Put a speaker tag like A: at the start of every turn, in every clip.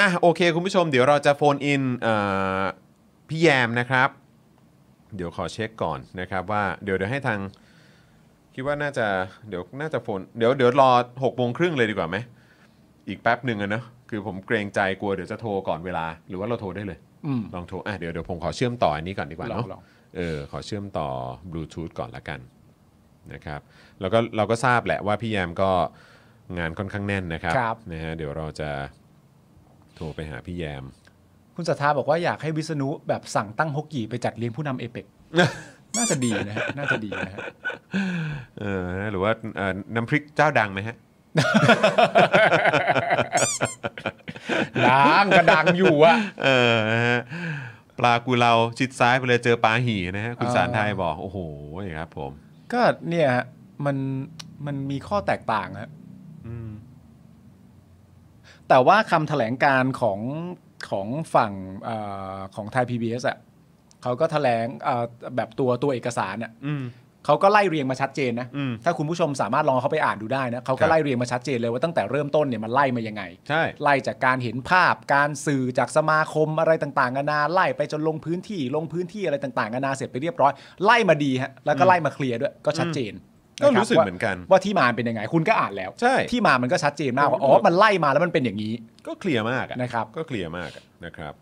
A: อ่ะโอเค คุณผู้ชมเดี๋ยวเราจะโฟนอินเอ่อพี่แยมนะครับ เดี๋ยวขอเช็คก่อนนะครับว่าเดี๋ยวเดี๋ยวให้ทาง คิดว่าน่าจะเดี๋ยวน่าจะโฟนเดี๋ยวเดี๋ยวรอหกโมงครึ่งเลยดีกว่าไหมอีกแป๊บหนึ่งอะเนอะคือผมเกรงใจกลัวเดี๋ยวจะโทรก่อนเวลา หรือว่าเราโทรได้เลย
B: อืม
A: ลองโทรอ่ะเดี๋ยวเดี๋ยวผมขอเชื่อมต่ออันนี้ก่อนดีกว่า
B: ลองลอ
A: เนาะ
B: ง
A: เออขอเชื่อมต่อบลูทูธก่อนละกันนะครับแล้วก็เราก็ทราบแหละว่าพี่แยมก็งานค่อนข้างแน่นนะครับ
B: ครับ
A: นะฮะเดี๋ยวเราจะโทรไปหาพี่แยม
B: คุณสัทธาบอกว่าอยากให้วิษณุแบบสั่งตั้งฮกกี่ไปจัดเลี้ยงผู้นำเอเปก น่าจะดีนะฮะน่าจะดี นะฮะ
A: เออหรือว่าเอ่อน้ำพริกเจ้าดังไหมฮะ
B: ดังกระดังอยู่อะ
A: เออนะฮะปลากุเลาชิดซ้ายไปเลยเจอปลาหี่นะฮะ คุณ
B: อ่า
A: สารไทยบอก โอ้โหครับผม
B: ก็เนี่ยฮะมันมันมีข้อแตกต่างฮะแต่ว่าคำแถลงการของของฝั่งเออของไทย PBS อ่ะเขาก็แถลงเอ่อแบบตัวตัวเอกสารอ่ะ
A: อืม
B: เขาก็ไล่เรียงมาชัดเจนนะ
A: อืม
B: ถ้าคุณผู้ชมสามารถลองเข้าไปอ่านดูได้นะเขา
A: ครั
B: ก็
A: บ
B: ไล่เรียงมาชัดเจนเลยว่าตั้งแต่เริ่มต้นเนี่ยมันไล่มายังไง
A: ใช่
B: ไล่จากการเห็นภาพการสื่อจากสมาคมอะไรต่างๆนานาไล่ไปจนลงพื้นที่ลงพื้นที่อะไรต่างๆนานาเสร็จไปเรียบร้อย ไล่มาดีฮะแล้วก็ไล่มาเคลียร์ด้วยก็ชัดเจน
A: ก็
B: นะคบ
A: รู้สึก
B: ว่า
A: เหมือนกัน
B: ว่าที่มาเป็นยังไง คุณก็อ่านแล้ว
A: ใช่
B: ที่มามันก็ชัดเจนมากว่า
A: ผมก็
B: อ๋อมันไล่มาแล้วมันเป็นอย่างนี้
A: ก็เคลียร์มากอ
B: นะครับ
A: ก็เคลียร์มากอะนะครับ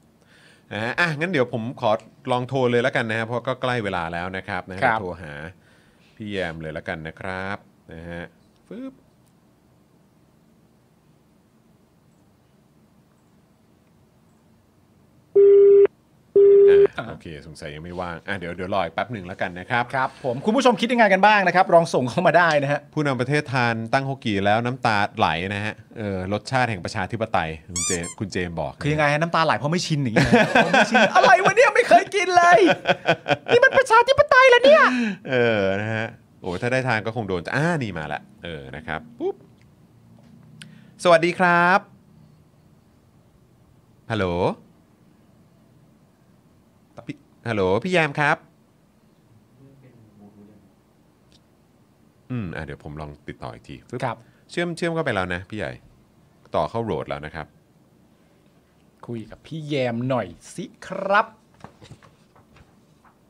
A: นะฮะอ่ะงั้นเดี๋ยวผมขอลองโทรเลยแล้วกันนะฮะเพราะก็ใกล้เวลาแล้วนะครับนะฮะ
B: ครับ
A: โทรหาพี่แยมเลยแล้วกันนะครับนะฮะฟึบอ่ะโอเคสงสัยยังไม่ว่างอ่ะเดี๋ยวเดี๋ยวรออีกแป๊บหนึ่งแล้วกันนะครับ
B: ครับผมคุณผู้ชมคิดยังไงกันบ้างนะครับลองส่งเข้ามาได้นะฮะ
A: ผู้นำประเทศทานตั้งฮกกีแล้วน้ำตาไหลนะฮะเออรสชาติแห่งประชาธิปไตยคุณเจมคุณเจมบอกนะฮะ
B: คือยังไงฮะน้ำตาไหลเพราะไม่ชินอย่างเงี้ ยเพราะไม่ชินอะไรวะเนี่ยไม่เคยกินเลย นี่มันประชาธิปไตยแล้วเนี่ย
A: เออ นะฮะ โอ้ ถ้าได้ทางก็คงโดนอ่านี่มาละ เออ นะครับ ปุ๊บ สวัสดีครับ ฮัลโหลพี่ฮัลโหล พี่แยมครับ อืม อ่ะ เดี๋ยวผมลองติดต่ออีกทีฟึ
B: ครับ
A: เชื่อม เชื่อมเข้าไปแล้วนะ พี่ใหญ่ ต่อเข้าโหลดแล้วนะครับ
B: คุยกับพี่แยมหน่อยสิครับ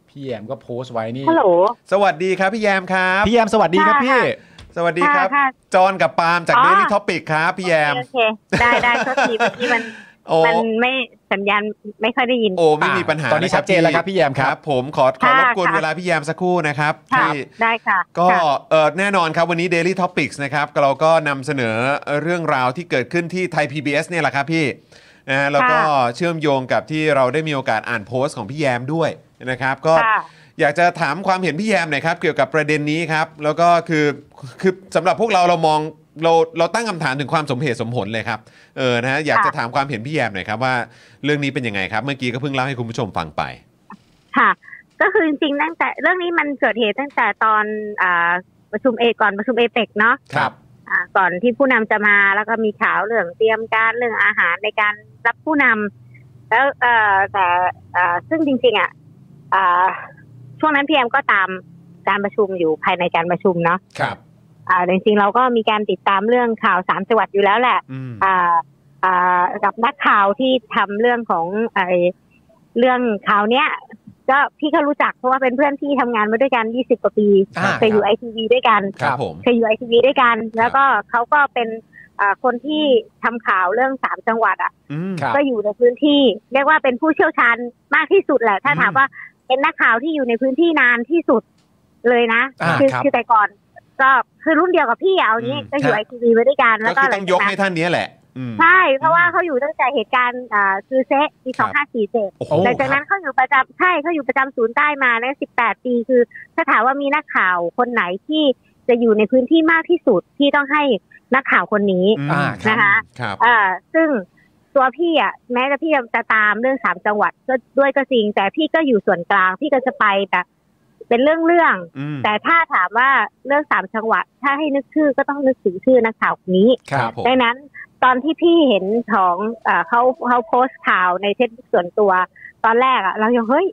B: พี่แยมก็โพสต์ไว้นี่
C: ฮัลโหล
A: สวัสดีครับ พี่แยมครับ
B: พี่แยมสวัสดีครับ
C: ค่ะ
B: พี่
C: ค่ะ
A: สวัสดีครับ
C: ค่ะค่ะ
A: จอห์นกับปาล์มจาก
C: อ๋อ
A: Daily Topic ครับ พี่แยม
C: โอเคโอเค ได้ ได้โทษทีเมื่อกี้มัน
A: โอ้
C: มันไม่สัญญาณไม่ค่อยได้ยิน
A: โอ้ไม่มีปัญหา
B: ตอนนี้ชัดเจนแล้วครับพี่แยมครับ
A: ผมขอขอ
C: ค่ะ
A: รบกวน
C: ค่ะ
A: เวลาพี่แยมสักครู่นะครับ
C: ค่ะ
A: ที่
C: ได้ค่ะ
A: ก็
C: ค่ะ
A: เอ่อแน่นอนครับวันนี้ Daily Topics นะครับเราก็นำเสนอเรื่องราวที่เกิดขึ้นที่ไทย PBS เนี่ยแหละครับพี่นะฮะแล้วก็เชื่อมโยงกับที่เราได้มีโอกาสอ่านโพสต์ของพี่แยมด้วยนะครับ ก็
C: ค่ะ
A: อยากจะถามความเห็นพี่แยมหน่อยครับ เกี่ยวกับประเด็นนี้ครับแล้วก็คือคือสำหรับพวกเราเรามองเราเราตั้งคำถามถึงความสมเหตุสมผลเลยครับเออนะฮะอยากจะถามความเห็นพี่แยมหน่อยครับว่าเรื่องนี้เป็นยังไงครับเมื่อกี้ก็เพิ่งเล่าให้คุณผู้ชมฟังไป
C: ค่ะ ก็คือจริงๆตั้งแต่เรื่องนี้มันเกิดเหตุตั้งแต่ตอนอ่าประชุมเอก่อนประชุมเอเปกเนาะ
A: ครับ
C: อ่าก่อนที่ผู้นำจะมาแล้วก็มีข่าวเรื่องเตรียมการเรื่องอาหารในการรับผู้นำแล้วเอ่อแต่อ่าซึ่งจริงๆอ่ะอ่าช่วงนั้นพีเอ็มก็ตามการประชุมอยู่ภายในการประชุมเนาะ
A: ครับ
C: อ่าแต่จริงๆเราก็มีการติดตามเรื่องข่าวสามจังหวัดอยู่แล้วแหละ
A: อืม
C: อ่าอ่ากับนักข่าวที่ทำเรื่องของไอเรื่องข่าวเนี้ย ก็พี่ก็รู้จักเพราะว่าเป็นเพื่อนที่ทำงานมาด้วยกัน 20 กว่าปี
B: อ่า
C: เคยอยู่ไอทีวีด้วยกัน
A: ครับผม
C: เคยอยู่ไอทีวีด้วยกัน แล้วก็เขาก็เป็นอ่าคนที่ทำข่าวเรื่องสามจังหวัดอ่ะ
A: อืม
B: ครับ
C: ก็อยู่ในพื้นที่ เรียกว่าเป็นผู้เชี่ยวชาญมากที่สุดแหละ ถ้า
A: อืม
C: ถามว่าเป็นนักข่าวที่อยู่ในพื้นที่นานที่สุดเลยนะ
B: อ่า
C: คือ
B: ครับ
C: คือแต่ก่อนก็คือรุ่นเดียวกับพี่อะเอางี้
A: อืม
C: ก็อยู่
A: ครั
C: ไอบ ทีวีมาด้วยกันแล้
A: ก็
C: วก็
A: คือต้องยกให้ท่านเนี้ยแหละอืม
C: ใช่ เพราะว่า
A: อืม
C: เขาอยู่ตั้งแต่เหตุการณ์อ่าซือเซะปี
A: ค
C: ส
A: รั
C: อง
A: บ
C: ห้าสี่เจ็ด
A: โอ้โห
B: ห
C: หลังจากนั้นเขาอยู่ประจำใช่เขาอยู่ประจำศูนย์ใต้มาแล้วสิบแปดปีคือ ถ้าถามว่ามีนักข่าวคนไหนที่จะอยู่ในพื้นที่มากที่สุดที่ต้องให้นักข่าวคนนี้
A: อืม
B: อ่าครับ
C: นะคะ
A: ครับ
C: เอ่อซึ่งตัวพี่อ่ะแม้จะพี่จะตามเรื่องสามจังหวัดก็ด้วยก็จริง แต่พี่ก็อยู่ส่วนกลางพี่ก็จะไปแต่เป็นเรื่องเรื่อง
A: อืม
C: ๆแต่ถ้าถามว่าเรื่องสามจังหวัด ถ้าให้นึกชื่อก็ต้องนึกถึงชื่อนักข่าวคนนี้
A: ครับผม
C: ดังนั้นตอนที่พี่เห็นของเอ่อเขาเขาโพสต์ข่าวในเฟซบุ๊กส่วนตัว ตอนแรกอ่ะ เรายังเฮ้ย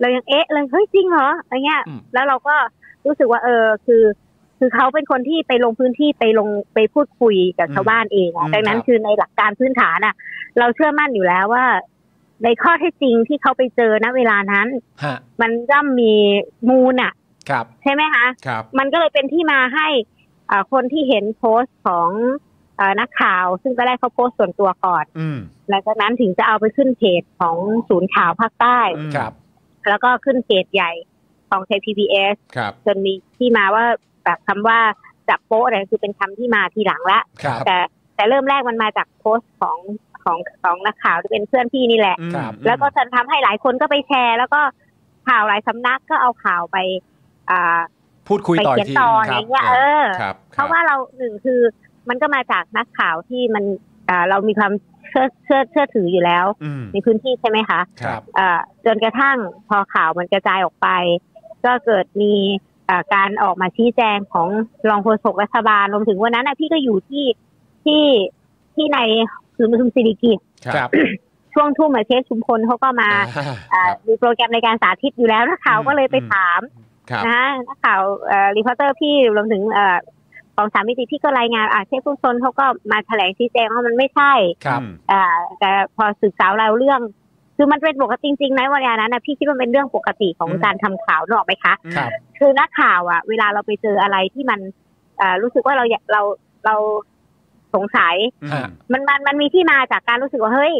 C: เรายังเอ๊ะเลยเฮ้ยจริงเหรออะไรเงี้ย
B: อืม
C: แล้วเราก็รู้สึกว่าเออคือ คือเขาเป็นคนที่ไปลงพื้นที่ไปลงไปพูดคุยกับ
B: อืม
C: ชาวบ้านเอง
B: อื
C: อะ
B: ม
C: ดังนั้น
B: ครับ
C: คือในหลักการพื้นฐานอะเราเชื่อมั่นอยู่แล้วว่า ในข้อเท็จจริงที่เขาไปเจอณเวลานั้น
B: ฮะ
C: มันย่อมมีมูลอะ
B: ครับ
C: ใช่ไหมคะ
A: ครับ
C: มันก็เลยเป็นที่มาให้อ่าคนที่เห็นโพสต์ของอานักข่าว ซึ่งก็ได้เขาโพสต์ส่วนตัวก่อน
A: อืม
C: หลังจากนั้นถึงจะเอาไปขึ้นเพจของศูนย์ข่าวภาคใต้
A: อืม
B: ครับ
C: แล้วก็ขึ้นเพจใหญ่ของ KPBS
A: ครับ
C: จนมีที่มาว่าแบบคำว่าจับโป๊ะอะไรคือเป็นคำที่มาทีหลังละ
B: ครับ
C: แต่แต่เริ่มแรกมันมาจากโพสต์ของของของนักข่าวที่เป็นเพื่อนพี่นี่แหละ
A: อืม
B: ครับ
C: แล้วก็ทำให้หลายคนก็ไปแชร์ แล้วก็ข่าวหลายสำนักก็เอาข่าวไปอ่า
B: พูดคุย
C: ไป
B: ต่ออีก
C: เขียน
B: ที
C: ต่อ
B: ค
C: อะไร
B: รับ
C: เงี้ยเออ
A: ครับ
C: เพราะว่าเราหนึ่งคือมันก็มาจากนักข่าวที่มันอ่าเรามีความเชื่อเชื่อเชื่อถืออยู่แล้ว
A: อืม
C: ในพื้นที่ใช่ไหมคะ
A: ครับ
C: อ่าจนกระทั่งพอข่าวมันกระจายออกไป ก็เกิดมีอ่าการออกมาชี้แจงของรองโฆษกรัฐบาลรวมถึงวันนั้นนะพี่ก็อยู่ที่ที่ที่ในศูนย์ประชุมสิริกิต
B: ครับ
C: ช่วงทุ่มมาเชฟชุมพลเขาก็มา
A: ค
C: อ่า
A: รับ
C: มีโปรแกรมในการสาธิตอยู่แล้วนักข่าวก็เลยไป
A: อืม
C: ถาม
A: ครับ
C: นะนักข่าวรีพอร์เตอร์พี่รวมถึงเอ่อของสามมิติพี่ก็รายงานอาเชฟผู้ชนเขาก็มาแถลงชี้แจงว่ามันไม่ใช่
B: ครับ
A: อืม
C: อ่าแต่พอสืบสาวเราวเรื่อง คือมันเป็นปกติจริงๆนะวันนั้นนะพี่คิดว่ามันเป็นเรื่องปกติของการทำข่าวนึกออกไหมคะ
B: ครับ
C: คือนักข่าวอ่ะ เวลาเราไปเจออะไรที่มันเอ่อรู้สึกว่าเราอยากเราเราสงสัย
A: อืม
B: ฮะ
C: มันมันมันมีที่มาจากการรู้สึกว่าเฮ้ย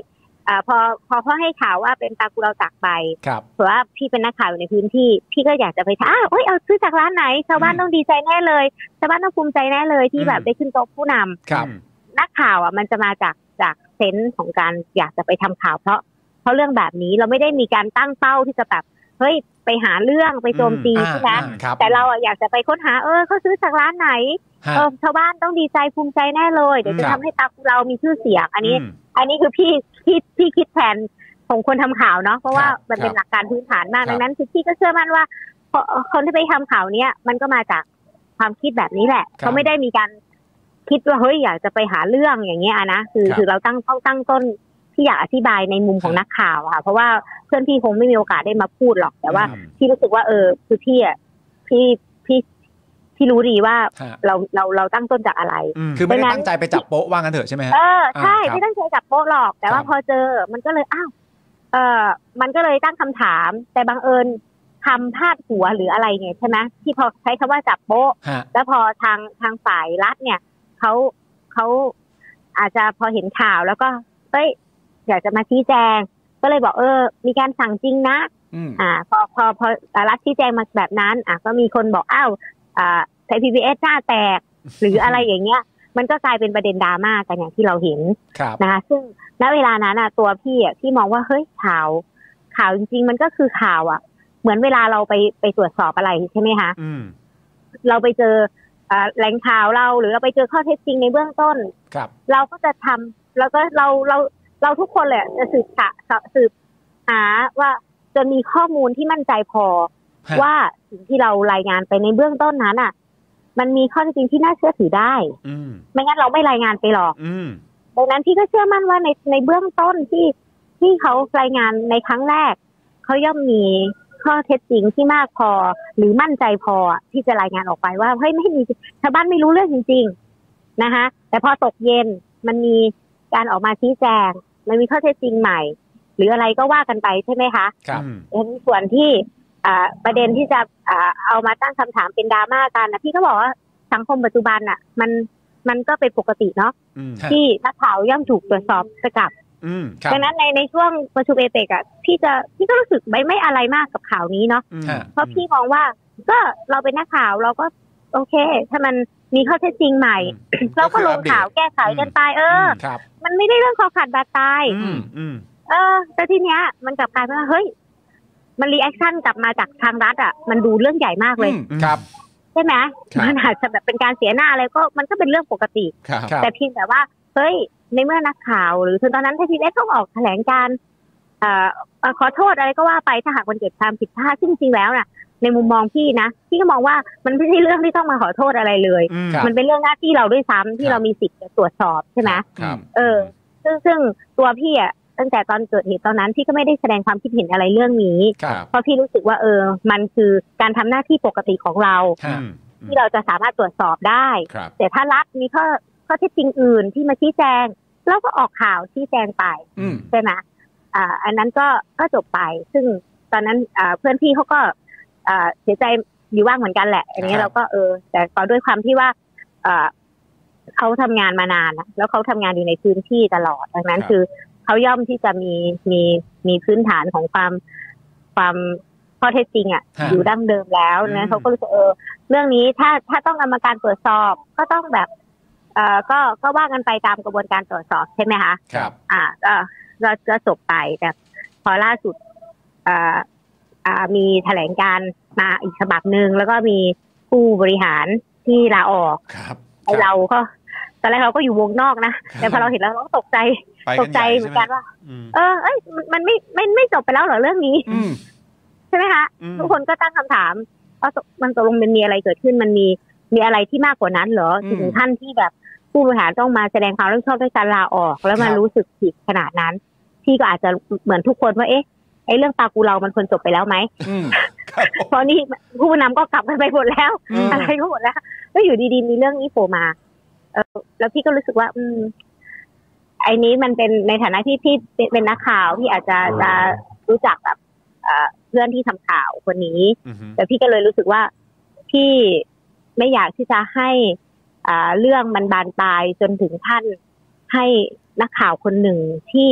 C: เอ่อพอพอพ่อให้ข่าวว่าเป็นตากูเราตักไป
B: ครับ
C: เผื่อว่าพี่เป็นนักข่าวอยู่ในพื้นที่ พี่ก็อยากจะไปถามอ้าวเอ้ยเอาซื้อจากร้านไหน ชาวบ้านต้องดีใจแน่เลย ชาวบ้านต้องภูมิใจแน่เลยที่แบบได้ขึ้นโต๊ะผู้นำ
B: ครับ
A: อืม
C: นักข่าวอ่ะมันจะมาจากจากเซนส์ของการอยากจะไปทำข่าวเพราะเพราะเรื่องแบบนี้เราไม่ได้มีการตั้งเป้าที่จะแบบเฮ้ยไปหาเรื่องไปโจมตี
B: อ่า
C: ใช่ไหม
B: อ่าครับ
C: แต่เราอ่ะอยากจะไปค้นหาเออเขาซื้อจากร้านไหน
B: ฮะ
C: เออชาวบ้านต้องดีใจภูมิใจแน่เลยเดี๋ยว
B: ค
C: จะ
B: รับ
C: ทำให้ตาเรามีชื่อเสียงอันนี้
A: ม
C: อันนี้คือพี่พี่พี่คิดแทนของคนทำข่าวเนาะเพราะว่า
B: ครับ
C: มันเป็
A: ค
C: น
A: รับ
C: หลักการพื้นฐานมาก
A: ครับ
C: ดังนั้นคือพี่ก็เชื่อมั่นว่าพอคนที่ไปทำข่าวเนี้ยมันก็มาจากความคิดแบบนี้แหละ
B: ครับ
C: เขาไม่ได้มีการคิดว่าเฮ้ยอยากจะไปหาเรื่องอย่างเงี้ยอะนะคือ
B: ครับ
C: คือเราตั้งต้องตั้งต้นที่อยากอธิบายในมุมขอ
B: ค
C: ง
B: รับ
C: นักข่าวอะค่ะ เพราะว่าเพื่อนพี่คงไม่มีโอกาสได้มาพูดหรอกแต่ว่า
A: อืม
C: พี่รู้สึกว่าเออคือพี่อะพี่พี่พี่รู้ดีว่า
B: ฮะ
C: เราเราเราตั้งต้นจากอะไร
B: คือไม่ได้ตั้งใจไปจับโป๊ะว่างันเถอะใช่ไหมฮะ
C: เออใช่
B: อ่าครับ
C: ไม่ตั้งใจจับโป๊ะหรอก
B: ค
C: แต่
B: รับ
C: ว่าพอเจอมันก็เลยอ้าวเออมันก็เลยตั้งคำถาม แต่บังเอิญคำพาดหัวหรืออะไรเนี่ยใช่ไหมที่พอใช้คำว่าจับโป๊ะ
B: ฮะ
C: แล้วพอทางทางฝ่ายรัฐเนี่ยเขาเขาอาจจะพอเห็นข่าวแล้วก็เอ้ยอยากจะมาชี้แจง ก็เลยบอกเออ มีการสั่งจริงนะ
B: อืม
C: อ่าพอพอพออ่ารัฐชี้แจงมาแบบนั้นอ่ะก็มีคนบอกอ้าวอ่าไทยพีบีเอสหน้าแตก หรืออะไรอย่างเงี้ย มันก็กลายเป็นประเด็นดราม่ากันอย่างที่เราเห็น
B: ครับ
C: นะคะซึ่งณเวลานั้นอ่ะตัวพี่อ่ะพี่มองว่าเฮ้ยข่าว ข่าวจริง ๆ มันก็คือข่าวอ่ะ เหมือนเวลาเราไปไปตรวจสอบอะไรใช่ไหมคะ
A: อืม
C: เราไปเจออ่าแหล่งข่าวเราหรือเราไปเจอข้อเท็จจริงในเบื้องต้น
B: ครับ
C: เราก็จะทำแล้วก็เราเราเราทุกคนแหละจะสืบหาสืบหาว่าจะมีข้อมูลที่มั่นใจพอ
B: ฮะ
C: ว่าสิ่งที่เรารายงานไปในเบื้องต้นนั้นอ่ะ มันมีข้อเท็จจริงที่น่าเชื่อถือได้
A: อืม
C: ไม่งั้นเราไม่รายงานไปหรอก
A: อืม
C: ดังนั้นพี่ก็เชื่อมั่นว่าในในเบื้องต้นที่ที่เขารายงานในครั้งแรกเขาย่อมมีข้อเท็จจริงที่มากพอ หรือมั่นใจพอที่จะรายงานออกไปว่าเฮ้ยไม่มีชาวบ้านไม่รู้เรื่องจริง ๆนะคะ แต่พอตกเย็นมันมีการออกมาชี้แจง มันมีข้อเท็จจริงใหม่ หรืออะไรก็ว่ากันไปใช่ไหมคะ
B: ครับ
A: อืม
C: เห็นส่วนที่อ่าประเด็นที่จะอ่าเอามาตั้งคำถามเป็นดราม่ากันนะพี่ก็บอกว่าสังคมปัจจุบันอ่ะ มันมันก็เป็นปกติเนาะ
A: อืม
B: ครับ
C: ที่นักข่าวย่อมถูกตรวจสอบสกัด
A: อืม
B: ครับ
C: ดังนั้นในในช่วงประชุมเอเปกอ่ะพี่จะพี่ก็รู้สึกไม่ไม่อะไรมากกับข่าวนี้เนาะ
A: อืม
B: ฮะ
C: เพราะพี่มองว่าก็เราเป็นนักข่าวเราก็โอเค ถ้ามันมีข้อเท็จจริงใหม่ เราก็ลงข่าวแก้ไขกันไปเอออ
A: ม
B: ครับ
C: มันไม่ได้เรื่องคอขาดบาดตาย
A: อืมอืม
C: เออแต่ทีเนี้ยมันกลับกลายเป็นว่าเฮ้ย มันรีแอคชั่นกลับมาจากทางรัฐอ่ะ มันดูเรื่องใหญ่มากเลย
B: อืมครับ
C: ใช่ไหม
A: ครับ
C: มันอาจจะแบบเป็นการเสียหน้าอะไรก็มันก็เป็นเรื่องปกติ
A: ครับ
B: ครับ
C: แต่เพียงแต่ว่า เฮ้ย ในเมื่อนักข่าว หรือถึงตอนนั้นทีพีเอสต้องออกแถลงการณ์เอ่อเอ่อขอโทษอะไรก็ว่าไปถ้าหากมันเกิดความผิดพลาดซึ่งจริงๆแล้วน่ะ ในมุมมองพี่นะพี่ก็มองว่ามันไม่ใช่เรื่องที่ต้องมาขอโทษอะไรเลย
A: อืม
B: ครับ
C: มันเป็นเรื่องหน้าที่เราด้วยซ้ำที่เรามีสิทธิ์จะตรวจสอบใช่ไหม
A: ครับ
C: เออ ซึ่งซึ่งตัวพี่อ่ะตั้งแต่ตอนเกิดเหตุตอนนั้นพี่ก็ไม่ได้แสดงความคิดเห็นอะไรเรื่องนี้
A: ครับ
C: เพราะพี่รู้สึกว่าเออ มันคือการทำหน้าที่ปกติของเรา
B: ฮะ
A: อืม
C: ที่เราจะสามารถตรวจสอบได้
A: ครับ
C: แต่ถ้ารัฐมีข้อข้อเท็จจริงอื่นที่มาชี้แจงเราก็ออกข่าวชี้แจงไป
B: อืม
C: ใช่ไหมอ่าอันนั้นก็ก็จบไป ซึ่งตอนนั้นอ่าเพื่อนพี่เขาก็อ่าเสียใจอยู่ว่างเหมือนกันแหละ อัน
B: ค
C: นี้
B: รับ
C: เราก็เออ แต่ก็ด้วยความที่ว่าอ่าเขาทำงานมานานอะแล้วเขาทำงานอยู่ในพื้นที่ตลอด ดังนั้น
A: ครับ
C: คือเขาย่อมที่จะมีมีมีพื้นฐานของความความข้อเท็จจริงอะ
B: ฮะ
C: อยู่ดั้งเดิมแล้ว
B: อืม
C: นะเขาก็รู้สึกเออ เรื่องนี้ถ้าถ้าต้องกรรมการตรวจสอบก็ต้องแบบ เออก็ก็ว่ากันไปตามกระบวนการตรวจสอบใช่ไหมคะ
B: ครับ
C: อ่าก็ก็ก็จบไปแต่พอล่าสุดอ่าอ่ามีแถลงการณ์มาอีกฉบับหนึ่งแล้วก็มีผู้บริหารที่ลาออก
B: ครับ
C: ไอเราก็ตอนแรกเราก็อยู่วงนอกนะแต่พอเราเห็นแล้วเราก็ตกใจ
A: ไป
C: ต
A: กั
C: ก
A: นให
C: ใจ
A: ญ่
C: เหมื
A: ใช่
C: อน
A: ไหม
C: กันว่า
A: อืม
C: เออเอ้ยมันไม่ไม่ไม่จบไปแล้วเหรอเรื่องนี้
B: อืม
C: ใช่ไหมคะ
A: อืม
C: ทุกคนก็ตั้งคำถามว่าตกมันตกลงมันมีอะไรเกิดขึ้นมันมีมีอะไรที่มากกว่านั้นเหรอ
B: อืม
C: ถึงขั้นที่แบบผู้บริหารต้องมาแสดงความรับผิดชอบด้วยการลาออก แล้วมา
B: ครับ
C: รู้สึกผิดขนาดนั้น พี่ก็อาจจะเหมือนทุกคนว่าเอ๊ะไอ้เรื่องปลากูเรามันควรจบไปแล้วไหม
B: อืม
A: ครับผม
C: เพราะนี่ผู้นำก็กลับกันไปหมดแล้ว
B: อืม
C: อะไรก็หมดแล้วแล้วอยู่ดีๆมีเรื่องนี้โผล่มา เออแล้วพี่ก็รู้สึกว่า อืม ไอ้นี้มันเป็นในฐานะที่พี่เป็นเป็นนักข่าวพี่อาจจะจะรู้จักแบบเอ่อเพื่อนที่ทำข่าวคนนี้
A: อือฮึ
C: แต่พี่ก็เลยรู้สึกว่าพี่ไม่อยากที่จะให้อ่าเรื่องมันบานปลายจนถึงขั้นให้นักข่าวคนหนึ่งที่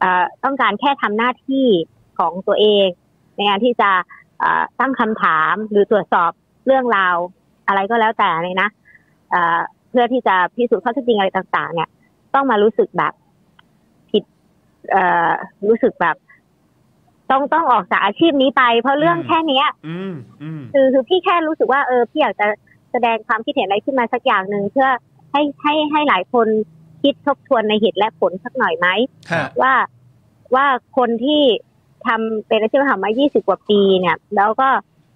C: เอ่อต้องการแค่ทำหน้าที่ของตัวเอง ในการที่จะเอ่อตั้งคำถามหรือตรวจสอบเรื่องราวอะไรก็แล้วแต่เลยนะเอ่อเพื่อที่จะพิสูจน์ข้อเท็จจริงอะไรต่าง ๆ เนี่ย ต้องมารู้สึกแบบผิดเอ่อรู้สึกแบบ ต้องต้องออกจากอาชีพนี้ไป เพราะเรื่องแค่เนี้ย
A: อืมอืม
C: คือคือพี่แค่รู้สึกว่าเออพี่อยากจะแสดงความคิดเห็นอะไรขึ้นมาสักอย่างหนึ่งเพื่อให้ให้ให้หลายคนคิดทบทวนในเหตุและผลสักหน่อยไหม
B: ฮะ
C: ว่าว่าคนที่ทำเป็นอาชีพทำมา 20 กว่าปีเนี่ย แล้วก็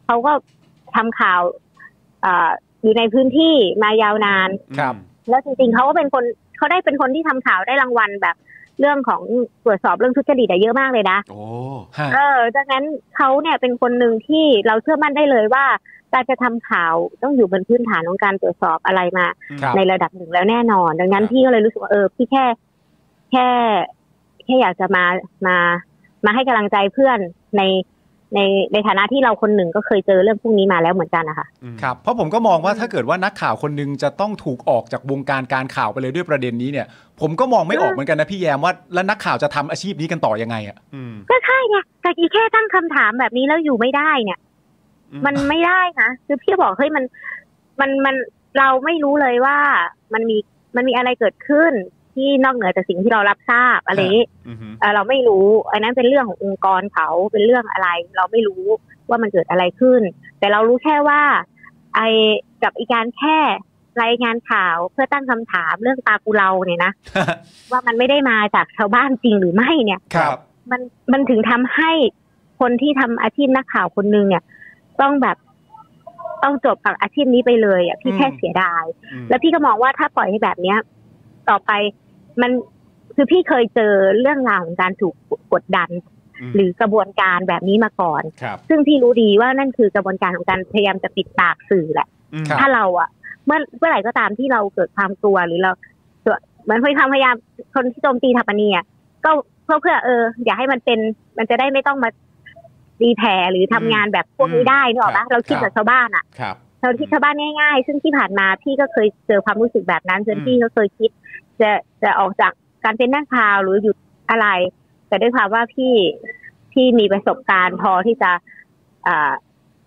C: เขาก็ทำข่าวเอ่ออยู่ในพื้นที่มายาวนาน
A: อืม
B: ครับ
C: แล้วจริงๆเขาก็เป็นคนเขาได้เป็นคนที่ทำข่าวได้รางวัลแบบเรื่องของตรวจสอบเรื่องทุจริตอะเยอะมากเลยนะ
A: โอ้
B: ฮะ
C: เออดังนั้นเขาเนี่ยเป็นคนหนึ่งที่เราเชื่อมั่นได้เลยว่าการจะทำข่าวต้องอยู่บนพื้นฐานของการตรวจสอบอะไรมา
B: ครับ
C: ในระดับหนึ่งแล้วแน่นอน ดังนั้
A: ค
C: น
A: รับ
C: พี่ก็เลยรู้สึกว่าเออพี่แค่แค่แค่อยากจะมามามาให้กำลังใจเพื่อนในในในฐานะที่เราคนหนึ่งก็เคยเจอเรื่องพวกนี้มาแล้วเหมือนกันนะคะ
A: อืม
B: ครับ เพราะผมก็มองว่าถ้าเกิดว่านักข่าวคนหนึงจะต้องถูกออกจากวงการการข่าวไปเลยด้วยประเด็นนี้เนี่ย ผมก็มองไม่ออกเหมือนกันนะพี่แยมว่าแล้วนักข่าวจะทำอาชีพนี้กันต่อยังไงอ่ะ
A: อืม
C: ก็ใช่ไงแต่อีแค่ตั้งคำถามแบบนี้แล้วอยู่ไม่ได้เนี่ย
A: อื
C: มันไม่ได้นะคือพี่บอกเฮ้ยมันมันมันเราไม่รู้เลยว่ามันมีมันมีอะไรเกิดขึ้น ที่นอกเหนือจากสิ่งที่เรารับทราบอะไรอย่างนี้
A: อือฮึ
C: เอ่อเราไม่รู้อันนั้นเป็นเรื่องขององค์กรเขาเป็นเรื่องอะไร เราไม่รู้ว่ามันเกิดอะไรขึ้น แต่เรารู้แค่ว่า ไอกับอีการแค่รายงานข่าวเพื่อตั้งคำถามเรื่องตากูเราเนี่ยนะว่ามันไม่ได้มาจากชาวบ้านจริงหรือไม่เนี่ย
B: ครับ
C: มันมันถึงทำให้คนที่ทำอาชีพนักข่าวคนหนึงเนี่ย ต้องแบบต้องจบกับอาชีพนี้ไปเลยอ่ะพี่แค่
B: อืม
C: เสียดาย
A: อืม
C: แล้วพี่ก็มองว่าถ้าปล่อยให้แบบเนี้ย ต่อไปมันคือพี่เคยเจอเรื่องราวของการถูกกดดัน
A: ม
C: หรือกระบวนการแบบนี้มาก่อน
A: ครับ
C: ซึ่งพี่รู้ดีว่านั่นคือกระบวนการของการพยายามจะปิดปากสื่อแหละ
A: อืม
B: ครับ
C: ถ้าเราอะเมื่อเมื่อไหร่ก็ตามที่เราเกิดความกลัวหรือเราเหมือนพยายามพยายามคนที่โจมตีสถาปนีอะก็เพื่อเพื่อเออ อย่าให้มันเป็นมันจะได้ไม่ต้องมาดีแผลหรือทำงานแบบพวกนี้ได้นึกออก
A: ครั
C: ปะ
A: บ
C: เราคิดแบบชาวบ้านอะ
A: ครับ
C: เราคิดชาวบ้านง่ายๆ ซึ่งที่ผ่านมาพี่ก็เคยเจอความรู้สึกแบบนั้นจน
A: อืม
C: พี่ก็เคยคิด จะจะออกจากการเป็นนักข่าวหรือหยุดอะไร แต่ด้วยความว่าพี่พี่มีประสบการณ์พอที่จะอ่า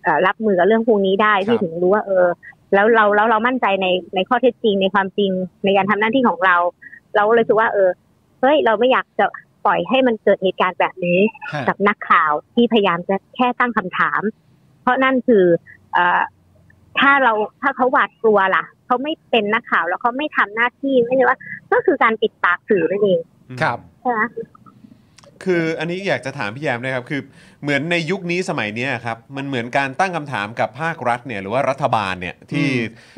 C: เอ่อรับมือกับเรื่องพวกนี้ได้
A: ครับ
C: พี่ถึงรู้ว่า เออ แล้วเราแล้วเรามั่นใจในในข้อเท็จจริงในความจริงในการทำหน้าที่ของเรา เราเลยรู้สึกว่า เออเฮ้ยเราไม่อยากจะปล่อยให้มันเกิดเหตุการณ์แบบนี้
B: ฮะ
C: กับนักข่าวที่พยายามจะแค่ตั้งคำถาม เพราะนั่นคือเออถ้าเราถ้าเขาหวาดกลัวล่ะเขาไม่เป็นนักข่าวแล้วเขาไม่ทำหน้าที่ไม่ใช่ว่า ก็คือการปิดปากสื่อนั่นเอง
A: อืม
B: ครับ
C: ใช่ไหม
A: คืออันนี้อยากจะถามพี่แยมนะครับคือเหมือนในยุคนี้สมัยเนี้ยครับมันเหมือนการตั้งคำถามกับภาครัฐเนี่ยหรือว่ารัฐบาลเนี่ยที่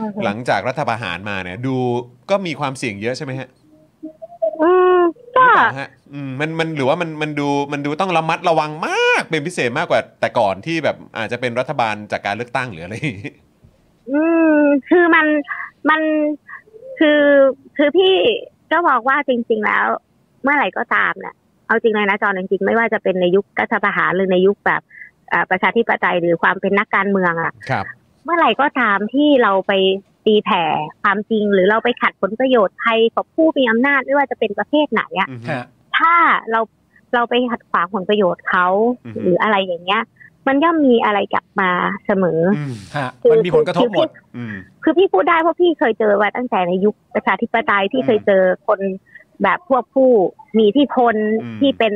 C: อืม
A: หลังจากรัฐประหารมาเนี่ยดูก็มีความเสี่ยงเยอะใช่ไหมฮะ
C: อืม
A: หรื
C: ก็
A: อเปล่าฮะอืมมันมันหรือว่ามันมันดูมันดูต้องระมัดระวังมากเป็นพิเศษมากกว่าแต่ก่อนที่แบบอาจจะเป็นรัฐบาลจากการเลือกตั้งหรืออะไรอย่างงี้
C: อืมคือมันมันคือคือพี่ก็บอกว่าจริง ๆ แล้ว เมื่อไหร่ก็ตามเนี่ยเอาจริงเลยนะจอนจริงๆไม่ว่าจะเป็นในยุครัฐประหารหรือในยุคแบบเอ่อประชาธิปไตยหรือความเป็นนักการเมืองอะ
A: ครับ
C: เมื่อไหร่ก็ตามที่เราไปตีแผ่ความจริง หรือเราไปขัดผลประโยชน์ใครของผู้มีอำนาจไม่ว่าจะเป็นประเภทไหนอะ
A: อืม
B: ฮะ
C: ถ้าเราเราไปขัดขวางผลประโยชน์เขา
A: อือฮึ
C: หรืออะไรอย่างเงี้ย มันย่อมมีอะไรกลับมาเสมอ
A: อืม
B: ฮะ
C: คือ
B: มันมีผลกระทบหมด
A: อืม
C: คือพี่พูดได้เพราะพี่เคยเจอมาตั้งแต่ในยุคประชาธิปไตยที่
A: อืม
C: เคยเจอคนแบบพวกผู้มีอิที่พล
A: อืม
C: ที่เป็น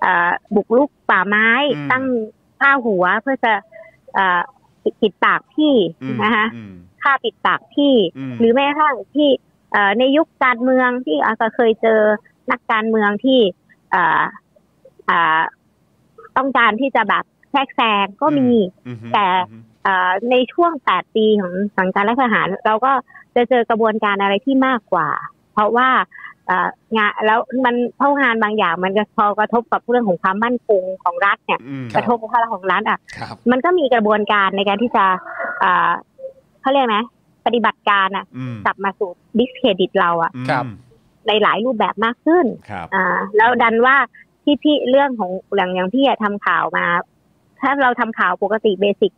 C: เอ่อบุกลุกป่าไม้
A: อืม
C: ตั้งผ้าหัวเพื่อจะเอ่อปิดปากพี่
A: อืม
C: นะคะ
A: อืม
C: ฆ่าปิดปากพี่
A: อืม
C: หรือแม้กระทั่งที่เอ่อในยุคการเมืองที่อาก็เคยเจอนักการเมืองที่เอ่อเอ่อต้องการที่จะแบบแทรกแซงก็มี
A: อืม
C: แต่
A: อืม
C: เอ่อในช่วง 8 ปีของหลังการรัฐประหาร เราก็จะเจอกระบวนการอะไรที่มากกว่า เพราะว่าเอ่องานแล้วมันเพราะงานบางอย่างมันจะพอกระทบกับเรื่องของความมั่นคงของรัฐเนี่ย
A: อืม
C: กระทบกับภาระของรัฐอ่ะ
B: ครับ
C: มันก็มีกระบวนการในการที่จะเอ่อเขาเรียกไหมปฏิบัติการอ่ะ
A: อืม
C: กลับมาสู่ดิสเครดิตเราอะ
B: ครับ
C: ในหลายรูปแบบมากขึ้น
A: ครับ
C: อ่า แล้วดันว่าที่พี่เรื่องของอย่างอย่างพี่อะทำข่าวมา ถ้าเราทำข่าวปกติเบสิก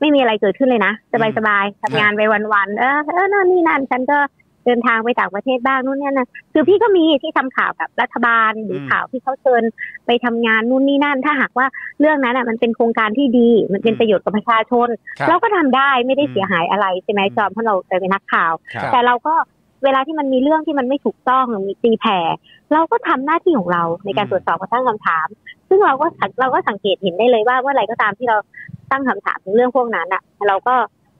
C: ไม่มีอะไรเกิดขึ้นเลยนะสบายสบายๆทำงานไปวันๆเออเออนั่นนี่นั่นฉันก็เดินทางไปต่างประเทศบ้างนู่นนี่นะคือพี่ก็มีที่ทำข่าวแบบรัฐบาลหรืออ
A: ม
C: ข่าวที่เขาเชิญไปทำงานนู่นนี่นั่น ถ้าหากว่าเรื่องนั้นอะมันเป็นโครงการที่ดี มันเป็นประโยชน์กับประชาชน
B: ครับ
C: เราก็ทำได้ไม่ได้เสียหายอะไรใช่ไหมจอมเพราะเราเป็นนักข่าว
A: ครับ
C: แต่เราก็เวลาที่มันมีเรื่องที่มันไม่ถูกต้องหรือมีตีแผ่เราก็ทำหน้าที่ของเราในการตรวจสอบกับตั้งคำถาม ซึ่งเราก็สังเราก็สังเกตเห็นได้เลยว่าว่าอะไรก็ตามที่เราตั้งคำถามถึงเรื่องพวกนั้นอ่ะ เราก็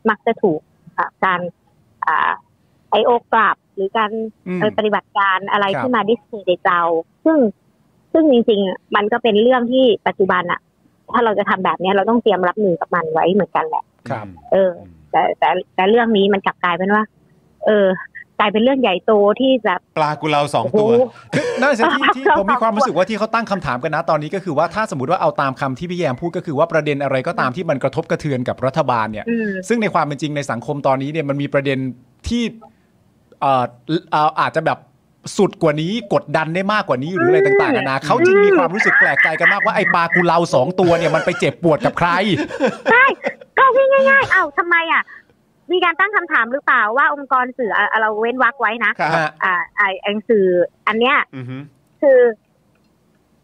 C: มักจะถูกอ่ะการไอโอกลับหรือการ
B: อืม
C: ไปปฏิบัติการอะไร
B: ครับ
C: ที่มาดิสเครดิตเรา ซึ่งซึ่งจริงๆอ่ะมันก็เป็นเรื่องที่ปัจจุบันอ่ะ ถ้าเราจะทำแบบเนี้ยเราต้องเตรียมรับมือกับมันไว้เหมือนกันแหละ
B: ครับ
C: เออ แต่แต่แต่เรื่องนี้มันกลับกลายเป็นว่า เออ กลายเป็นเรื่องใหญ่โตที่แบบ
A: ปลากุเลาสอง
C: โอ้โห
A: ตัว
B: คือนั่นสิ ที่ที่
C: เรา
B: ผมมีความรู้สึกว่าที่เขาตั้งคำถามกันนะตอนนี้ก็คือว่าถ้าสมมติว่าเอาตามคำที่พี่แยมพูดก็คือว่าประเด็นอะไรก็ตามที่มันกระทบกระเทือนกับรัฐบาลเนี่ย
C: อืม
B: ซึ่งในความเป็นจริงในสังคมตอนนี้เนี่ยมันมีประเด็นที่เอ่อเอ่ออาจจะแบบสุดกว่านี้กดดันได้มากกว่านี้หรืออะไรต่างๆนานาเขาจึงมีความรู้สึกแปลกใจกันมากว่าไอ้ปลากุเลาสองตัวเนี่ยมันไปเจ็บปวดกับใคร
C: ก็วิ่งง่ายๆ เอ้าทำไมอ่ะ มีการตั้งคำถามหรือเปล่าว่าองค์กรสื่ออ่ะเราเว้นวรรคไว้นะ
A: ครับ
C: อ่าไอ้ไอ้สื่อ อันเนี้ย
A: อืม
C: คือ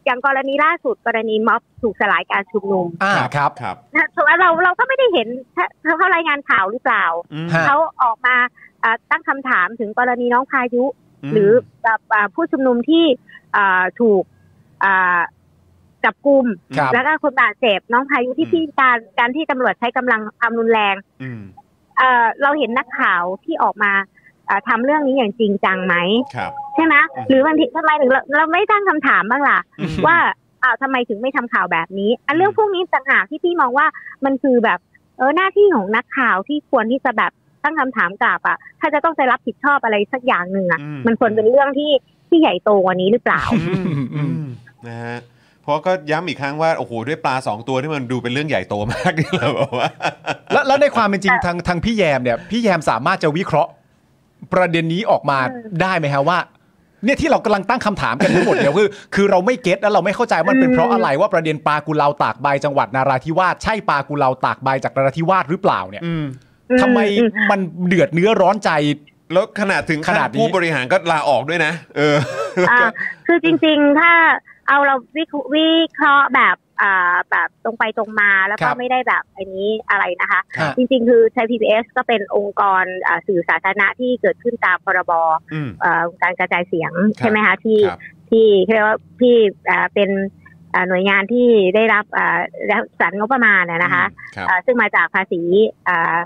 C: อย่างกรณีล่าสุดกรณีม็อบถูกสลายการชุมนุม
B: อ่าครับ
A: ครับ
C: นะเพราะว่าเราเราก็ไม่ได้เห็นถ้าถ้าเขารายงานข่าวหรือเปล่า
A: อืม
B: ฮะ
C: เขาออกมาอ่ะตั้งคำถามถึงกรณีน้องพายุ หรือแบบอ่าผู้ชุมนุมที่อ่าถูกอ่าจับกลุ่ม
B: ครับ
C: แล้วก็คนบาดเจ็บน้องพายุที่ที่การการที่ตำรวจใช้กำลังความรุนแรง
A: อืม
C: เอ่อเราเห็นนักข่าวที่ออกมาอ่าทำาเรื่องนี้อย่างจริงจังไหม
A: ครับ
C: ใช่ไหม
A: อืม
C: หรือบางทีทำไมถึงเราเราไม่ตั้งคำถามบ้างล่ะ
A: อืม
C: ว่าอ้าวทำไมถึงไม่ทำข่าวแบบนี้ อันเรื่อง
A: อืม
C: พวกนี้ต่างหากที่พี่มองว่ามันคือแบบเออหน้าที่ของนักข่าวที่ควรที่จะแบบตั้งคำถามกลับอ่ะ ถ้าจะต้องไปรับผิดชอบอะไรสักอย่างหนึ่งอ่ะ
A: อื
C: มันควรเป็นเรื่องที่ที่ใหญ่โตกว่านี้หรือเปล่า
A: อืมอืมนะฮะเพราะก็ย้ำอีกครั้งว่าโอ้โหด้วยปลาสองตัวที่มันดูเป็นเรื่องใหญ่โตมาก นี่เราบอกว่า
B: แล้วแล้วในความเป็นจริงทางทางพี่แยมเนี่ย พี่แยมสามารถจะวิเคราะห์ ประเด็นนี้ออกมา
C: อืม
B: ได้ไหมฮะว่า เนี่ยที่เรากำลังตั้งคำถามกันทั้งหมดเนี่ยคือ คือเราไม่เก็ตและเราไม่เข้าใจว่ามันเป็น
C: อืม
B: เพราะอะไรว่าประเด็นปลากุเลาตากใบจังหวัดนาราธิวาสใช่ปลากุเลาตากใบจากนาราธิวาสหรือเปล่าเนี่ย
A: อืม
B: ทำไม
C: อืม
B: มันเดือดเนื้อร้อนใจ
A: แล้วขนาดถึงขั้
B: ขนาดนี้
A: ผู้บริหารก็ลาออกด้วยนะ เออ
C: อืมอ่าคือจริงๆ ถ้าเอาเราวิเควิเคราะห์แบบอ่าแบบตรงไปตรงมาแล้ว
B: ค
C: ก็
B: รับ
C: ไม่ได้แบบอันนี้อะไรนะคะ
B: ฮะ
C: จริงๆ คือไทย PBS ก็เป็นองค์กรอ่าสื่อสาธารณะที่เกิดขึ้นตามพรบ
A: อืม
C: เอ่อการกระจายเสียง
A: ครับ
C: ใช่ไหมคะที่
A: ครับ
C: ที่เรียกว่าพี่เอ่อเป็นเอ่อหน่วยงานที่ได้รับเอ่อได้รับสรรงบประมาณนะนะคะ
A: ครับ
C: เอ่อซึ่งมาจากภาษีเอ่อ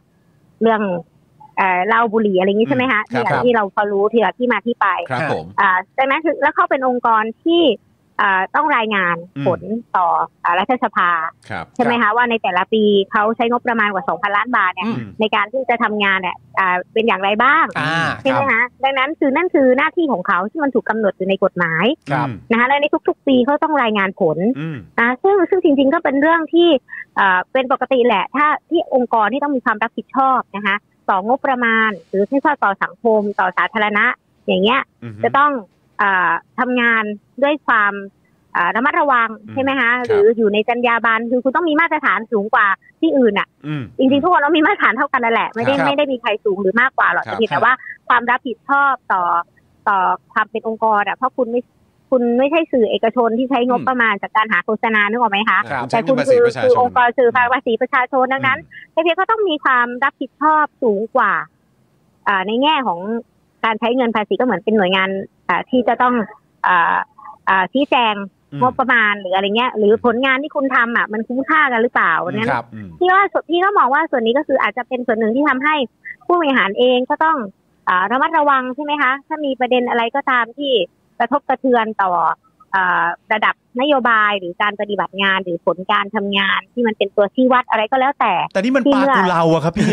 C: เรื่องเอ่อเหล้าบุหรี่อะไรอย่างนี้ใช่ไหมคะ
A: ครับ
C: ที่ที่เราพอรู้ที่ที่มาที่ไป
A: ครับผม
C: เอ่อดังนั้นคือแล้วเขาเป็นองค์กรที่ อ่าต้องรายงาน
A: อืม
C: ผลต่ออ่ารัฐสภา
A: ครับ
C: ใช่ไหมคะว่าในแต่ละปีเขาใช้งบประมาณกว่า 2,000 ล้านบาทเนี่ย
A: อืม
C: ในการที่จะทำงานเนี่ยอ่าเป็นอย่างไรบ้าง
B: อ่า
C: ใช่
B: ค
C: ไห
B: รับ
C: มคะดังนั้นคือนั่นคือหน้าที่ของเขาที่มันถูกกำหนดอยู่ในกฎหมาย
B: ครับ
C: นะคะและในทุกๆ ปีเขาต้องรายงานผล
A: อืม
C: นะซึ่งซึ่งจริงๆก็เป็นเรื่องที่เอ่อเป็นปกติแหละ ถ้าที่องค์กรที่ต้องมีความรับผิดชอบนะคะต่องบประมาณ หรือที่ชอบต่อสังคมต่อสาธารณะ อย่างเงี้ย
A: อืม
C: จะต้องเออทำงานด้วยความเอ่อระมัดระวัง
A: อืม
C: ใช่ไหมคะ
A: ครับ
C: หรืออยู่ในจรรยาบรรณคือคุณต้องมีมาตรฐานสูงกว่าที่อื่นอ่ะ
A: อืม
C: จริงๆทุกคนต้องมีมาตรฐานเท่ากันนั่นแหละ ไม่ได้
B: ครับ
C: ไม่ได้มีใครสูงหรือมากกว่าหรอก
A: ครับ
C: แต่เพียงแต่ว่าความรับผิดชอบต่อต่อความเป็นองค์กรอะเพราะคุณไม่คุณไม่ใช่สื่อเอกชนที่ใช้งบ
B: อืม
C: ประมาณจากการหาโฆษณานึกออกไหมคะ
A: ครับ
C: แต่
A: ใช้
C: คุณ
A: เงินภาษีประ
C: คือ
A: ชาชน
C: คือองค์กรสื่อภาษีประชาชนดังนั้นแต่เพียงก็ต้องมีความรับผิดชอบสูงกว่าอ่าในแง่ของการใช้เงินภาษีก็เหมือนเป็นหน่วยงานอ่าที่จะต้องอ่าอ่าชี้แจง
A: อืม
C: งบประมาณหรืออะไรเงี้ย หรือผลงานที่คุณทำอ่ะมันคุ้มค่ากันหรือเปล่า
A: อืม
C: นั้น
B: ครับ
A: อืม
C: พี่ว่าส่วนพี่ก็มองว่าส่วนนี้ก็คืออาจจะเป็นส่วนหนึ่งที่ทำให้ผู้บริหารเองก็ต้องอาระมัดระวังใช่ไหมคะ ถ้ามีประเด็นอะไรก็ตามที่กระทบกระเทือนต่ออาระดับนโยบายหรือการปฏิบัติงานหรือผลการทำงานที่มันเป็นตัวชี้วัดอะไรก็แล้วแต่
B: แต่นี่มันปลากูเลาอะครับพี่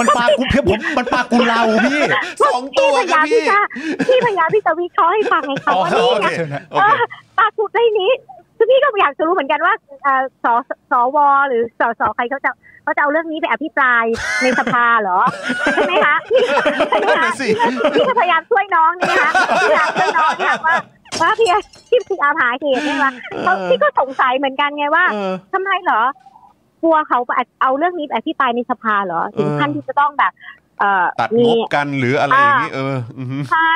B: มันปลากูเพียบผมมันปลากูเลาพี่
A: สองตัว
C: พ
A: ครั
C: ยายา
A: บ
C: มที่
A: พี่
C: จะพี่พยายามที่จะวิเคราะห์ให้ฟังไงคะ
A: อ๋อ
C: ว่า
A: โอ
C: นี่
A: เค
C: นะ
A: โอเค
C: ปรากฏในนี้คือพี่ก็อยากจะรู้เหมือนกันว่าเอ่อสสวหรือสสใครเขาจะเขาจะเอาเรื่องนี้ไปอภิปราย ในสภาเหรอใช่ไหมคะพี่ใช่ไหม
A: นั่น
C: คะ
A: น่ะสิ
C: พี่ก็พยายามช่วยน้องนี่นะคะพี่พยายามช่วยน้องเนี่ยว่าว่าพี่พี่พี่อาหาเหตุเนี่ยว่าเขา
A: เออ
C: พี่ก็สงสัยเหมือนกันไงว่า
A: เออ
C: ทำไมเหรอ กลัวเขาเอาเรื่องนี้ไปอภิปรายในสภาเหรอ ถึงขั้น
A: เออ
C: ที่จะต้องแบบ เอ่อ
A: ตัด
C: มี
A: งบกันหรืออะไรอย่างนี้เออ อืม
C: ใช่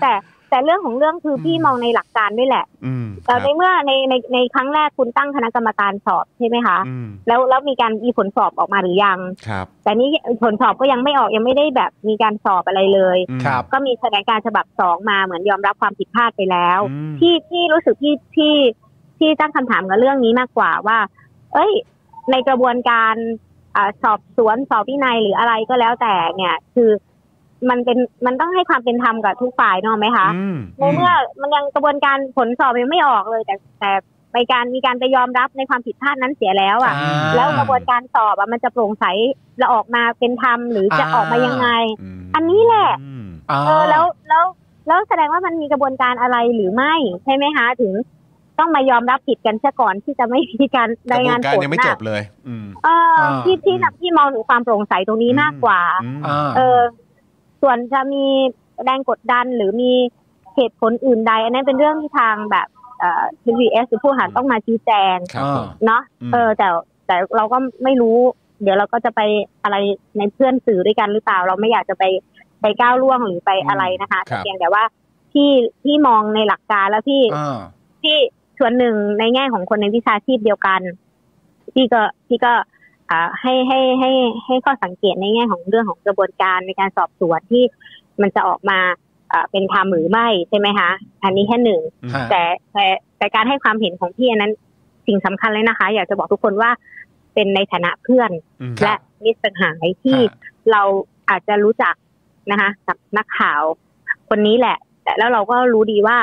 C: แต่แต่เรื่องของเรื่องคือพี่มองในหลักการด้วยแหละ
A: อืมค
C: แต่
A: รับ
C: ในเมื่อในในในครั้งแรกคุณตั้งคณะกรรมการสอบใช่ไหมคะ
A: อืม
C: แล้วแล้วมีการมีผลสอบออกมาหรือยัง
A: ครับ
C: แต่นี่ผลสอบก็ยังไม่ออกยังไม่ได้แบบมีการสอบอะไรเลย
A: อืม
B: ครับ
C: ก็มีแถลงการฉบับสองมาเหมือนยอมรับความผิดพลาดไปแล้ว
A: อืม
C: ที่ที่รู้สึกที่ที่ที่ตั้งคำถามกับเรื่องนี้มากกว่าว่า เอ้ย ในกระบวนการอาสอบสวนสอบวินัยหรืออะไรก็แล้วแต่เนี่ย คือมันเป็นมันต้องให้ความเป็นธรรมกับทุกฝ่ายเนอะไหมคะ
A: อืม
C: ในเมื่อมันยังกระบวนการผลสอบยังไม่ออกเลย แต่แต่ไปการมีการไปยอมรับในความผิดพลาดนั้นเสียแล้วอ่ะ
B: อ่า
C: แล้วกระบวนการสอบอะมันจะโปร่งใสและออกมาเป็นธรรมหรือจะออกมายังไง
A: ม
C: อันนี้แหละ
A: อืม
B: อ่า
C: เออแล้วแล้วแล้วแสดงว่ามันมีกระบวนการอะไรหรือไม่ใช่ไหมคะถึงต้องมายอมรับผิดกันเสียก่อนที่จะไม่มีการ
A: ก
C: รา
A: ระ
C: ย
A: บว
C: งาน น
A: การ
C: ผล
A: ยังไม่จ
C: น่ะ
A: บเลย อืม
C: เออ
B: อ่า
C: ที่ที่นับที่มองถึงความโปร่งใสตรงนี้
A: อืม
C: มากกว่า
A: อืม
B: อ่า
C: เออ ส่วนจะมีแรงกดดันหรือมีเหตุผลอื่นใด อันนั้นเป็นเรื่องที่ทางแบบเอ่อ BVS หรือผู้บริหารต้องมาชี้แจง
A: ครับผม
C: เนาะ
A: อืม
C: เออแต่แต่เราก็ไม่รู้ เดี๋ยวเราก็จะไปอะไรในเพื่อนสื่อด้วยกันหรือเปล่า เราไม่อยากจะไปไปก้าวล่วงหรือไปอะไรนะคะ
A: ครับ
C: แต่เพียงแต่ว่าที่ที่มองในหลักการแล้วที่
B: อ่า
C: ที่ส่วนหนึ่งในแง่ของคนในวิชาชีพเดียวกันพี่ก็พี่ก็อ่าให้ให้ให้ให้ข้อสังเกตในแง่ของเรื่องของกระบวนการในการสอบสวนที่มันจะออกมาอ่าเป็นธรรมหรือไม่ใช่ไหมคะอันนี้แค่หนึ่ง
B: ฮะ
C: แต่แต่แต่การให้ความเห็นของพี่อันนั้นสิ่งสำคัญเลยนะคะ อยากจะบอกทุกคนว่าเป็นในฐานะเพื่อน
A: อืม
C: และมิตรสหายที่
B: ฮะ
C: เราอาจจะรู้จักนะคะกับนักข่าวคนนี้แหละ แต่แล้วเราก็รู้ดีว่า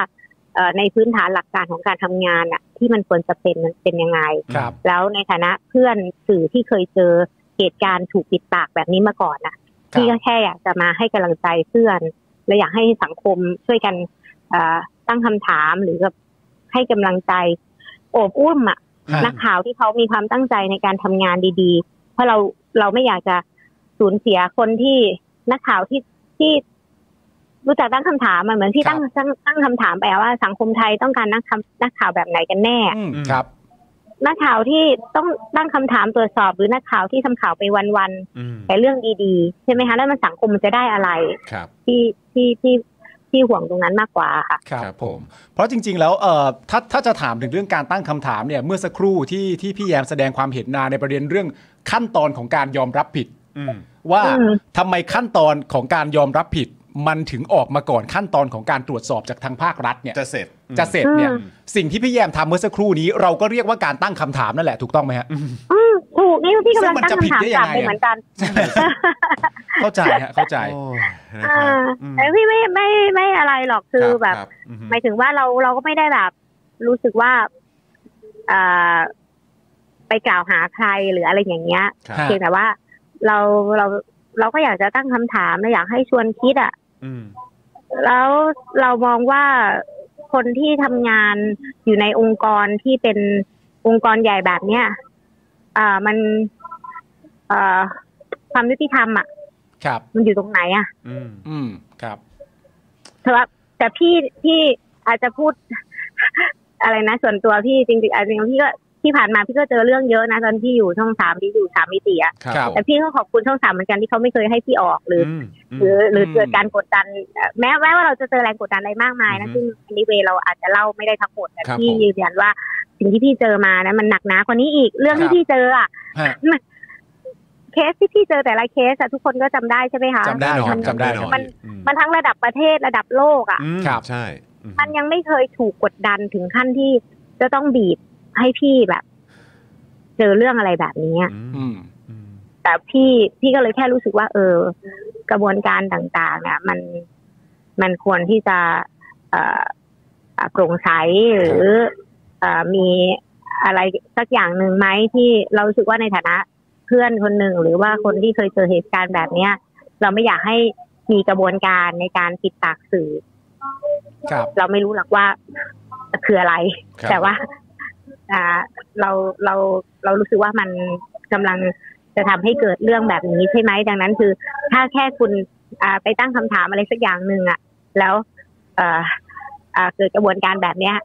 C: เอ่อในพื้นฐานหลักการของการทำงานอะที่มันควรจะเป็นมันเป็นยังไง
B: ครับ
C: แล้วในฐานะเพื่อนสื่อที่เคยเจอเหตุการณ์ถูกปิดปากแบบนี้มาก่อนนะ
B: ครั
C: พี่
B: บ
C: ก็แค่อยากจะมาให้กำลังใจเพื่อน และอยากให้สังคมช่วยกันเอ่อตั้งคำถามหรือกับให้กำลังใจโอบอุ้มอะ
B: ฮะ
C: นักข่าวที่เขามีความตั้งใจในการทำงานดีๆ เพราะเราเราไม่อยากจะสูญเสียคนที่นักข่าวที่ที่รู้จักตั้งคำถามมันเหมือนที่
B: ครับ
C: ตั้งตั้งตั้งคำถามไปอะว่าสังคมไทยต้องการนักคำนักข่าวแบบไหนกันแน่
B: อืม
A: อืม
B: ครับ
C: นักข่าวที่ต้องตั้งคำถามตรวจสอบหรือนักข่าวที่ทำข่าวไปวัน
A: อืม
C: ๆแต่เรื่องดีๆ ใช่ไหมคะ แล้วมันสังคมมันจะได้อะไร
A: ครับ
C: ที่ที่ที่ที่ห่วงตรงนั้นมากกว่าค่ะ
B: ครับ
A: ครับ
B: ผ
A: ผม ม
B: เพราะจริง ๆ แล้วเอ่อถ้าถ้าจะถามถึงเรื่องการตั้งคำถามเนี่ยเมื่อสักครู่ที่ที่พี่แยมแสดงความเห็นนาในประเด็นเรื่องขั้นตอนของการยอมรับผิด
A: อืม
B: ว่า
C: อืม
B: ทำไมขั้นตอนของการยอมรับผิด มันถึงออกมาก่อนขั้นตอนของการตรวจสอบจากทางภาครัฐเนี่ย
A: จะเสร็จอืม
B: จะเสร็จเนี่ย
C: อืม
B: สิ่งที่พี่แยมทำเมื่อสักครู่นี้เราก็เรียกว่าการตั้งคำถามนั่นแหละถูกต้องไหมฮะ
C: อืมถูกนี่พี่กำลัง
B: ซึ่งมัน
C: ตั้ง
B: จะผิด
C: คำถาม
B: ได้
C: ก
B: ยั
C: ลั
B: ง
C: บ
B: ไง
C: ไป
B: อะ
C: เหมือนกัน
B: เข้าใจฮะเข้าใจ
A: โอ้ยนะ
C: อ่
A: ครับ
C: า
A: อืม
C: แต่พี่ไม่ไม่ไม่อะไรหรอกคือ
A: รับ
C: แบบ
A: รับอืม
C: หมายถึงว่าเราเราก็ไม่ได้แบบ รู้สึกว่าเอ่อไปกล่าวหาใครหรืออะไรอย่างเงี้ย
A: ครับ
B: ฮะ
C: เพียงแต่ว่าเราเราเราก็อยากจะตั้งคำถามและอยากให้ชวนคิดอะ่ะ
A: อืม
C: แล้วเรามองว่าคนที่ทำงานอยู่ในองค์กรที่เป็นองค์กรใหญ่แบบเนี้ยเอ่อมันเอ่อความยุติธรรมอะ่ะ
B: ครับ
C: มันอยู่ตรงไหนอะ่ะ
A: อืม
B: อืมครับ
C: แต่ว่าแต่พี่พี่อาจจะพูด อะไรนะ ส่วนตัวพี่จริงๆอาจริงๆพี่ก็ที่ผ่านมาพี่ก็เจอเรื่องเยอะนะตอนที่อยู่ช่องสามที่อยู่สามมิติอะ
A: ครับ
B: ครับ
A: ผม
C: แต่พี่ก็ขอบคุณช่องสามเหมือนกันที่เขาไม่เคยให้พี่ออกหรือ
A: อืมอืม
C: หรือหรืออ
B: ม
C: เกิดการกดดันเอ่อแม้แม้ว่าเราจะเจอแรงกดดันอะไรมากมายนะ
A: อือฮึ
C: ซึ่งอันนี้เวเราอาจจะเล่าไม่ได้ทั้งหมดแต่
A: ครับ
C: พี่
A: ผม
C: ยืนยันว่าสิ่งที่พี่เจอมานะมันหนักหนากว่านี้อีก เรื่องที่พี่เจออะ
B: ฮะ
C: เคสที่พี่เจอแต่ละเคสอะทุกคนก็จำได้ใช่ไหมคะ
B: จำได้
A: แน่นอน
B: ครับจำได้
A: แน่นอน
C: มัน
A: อื
C: มันทั้งระดับประเทศระดับโลกอะ
A: อืม
B: ครับ
A: ใช่อืม
C: มันยังไม่เคยถูกกดดันถึงขั้นที่จะต้องบีบให้พี่แบบ เจอเรื่องอะไรแบบนี้อะ
A: อื
B: อื
A: ม
B: ม
A: อืม
C: แต่พี่พี่ก็เลยแค่รู้สึกว่า เออ กระบวนการต่างๆเนี่ยมันมันควรที่จะเอ่อเอ่อโปร่งใสหรือเอ่อมีอะไรสักอย่างหนึ่งไหมที่เรารู้สึกว่าในฐานะเพื่อนคนหนึ่งหรือว่าคนที่เคยเจอเหตุการณ์แบบเนี้ย เราไม่อยากให้มีกระบวนการในการปิดปากสื่อ
B: ครับ
C: เราไม่รู้หรอกว่าคืออะไร
A: ครับ
C: แต่ว่าอ่าเราเราเรารู้สึกว่ามันกำลังจะทำให้เกิดเรื่องแบบนี้ใช่ไหมดังนั้นคือ ถ้าแค่คุณอ่าไปตั้งคำถามอะไรสักอย่างหนึ่งอ่ะ แล้วเอ่ออ่าเกิดกระบวนการแบบเนี้ย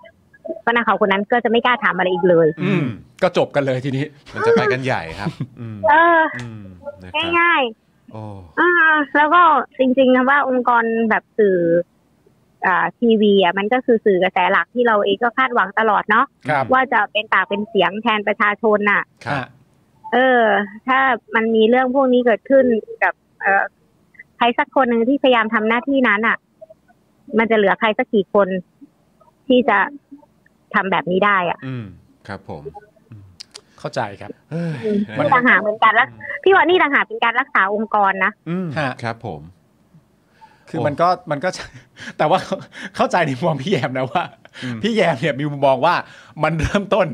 C: ก็นาเขาคนนั้นก็จะไม่กล้าถามอะไรอีกเลย
B: อืม ก็จบกันเลยทีนี้
A: มันจะไปกันใหญ่ครับ อืม
C: เออ
A: อืมนะครับ
C: ง่าย
A: โอ้
C: ๆอ่าแล้วก็จริงๆคำว่าองค์กรแบบสื่ออ่าทีวีอ่ะมันก็คือสื่อกระแสหลักที่เราเองก็คาดหวังตลอดเนาะ
B: ครับ
C: ว่าจะเป็นปากเป็นเสียงแทนประชาชนน่ะ
A: ครับ
B: ฮะ
C: เออ ถ้ามันมีเรื่องพวกนี้เกิดขึ้นกับ เออใครสักคนหนึ่งที่พยายามทำหน้าที่นั้นอ่ะ มันจะเหลือใครสักกี่คนที่จะทำแบบนี้ได้อ่ะ
A: อืมครับผม
B: เข้าใจครับ
A: เฮ้ย
B: มัน
C: นี่ต่างหากเป็นการรักพี่ว่านี่ต่างหากเป็นการรักษาองค์กรนะ
A: อืม
B: ฮะ
A: ครับผม
B: คือ
A: โอ้
B: มันก็มันก็ แต่ว่าเข้าใจในมุมมองพี่แยมนะว่า
A: อืม
B: พี่แยมเนี่ยมีมุมมองว่ามันเริ่มต้น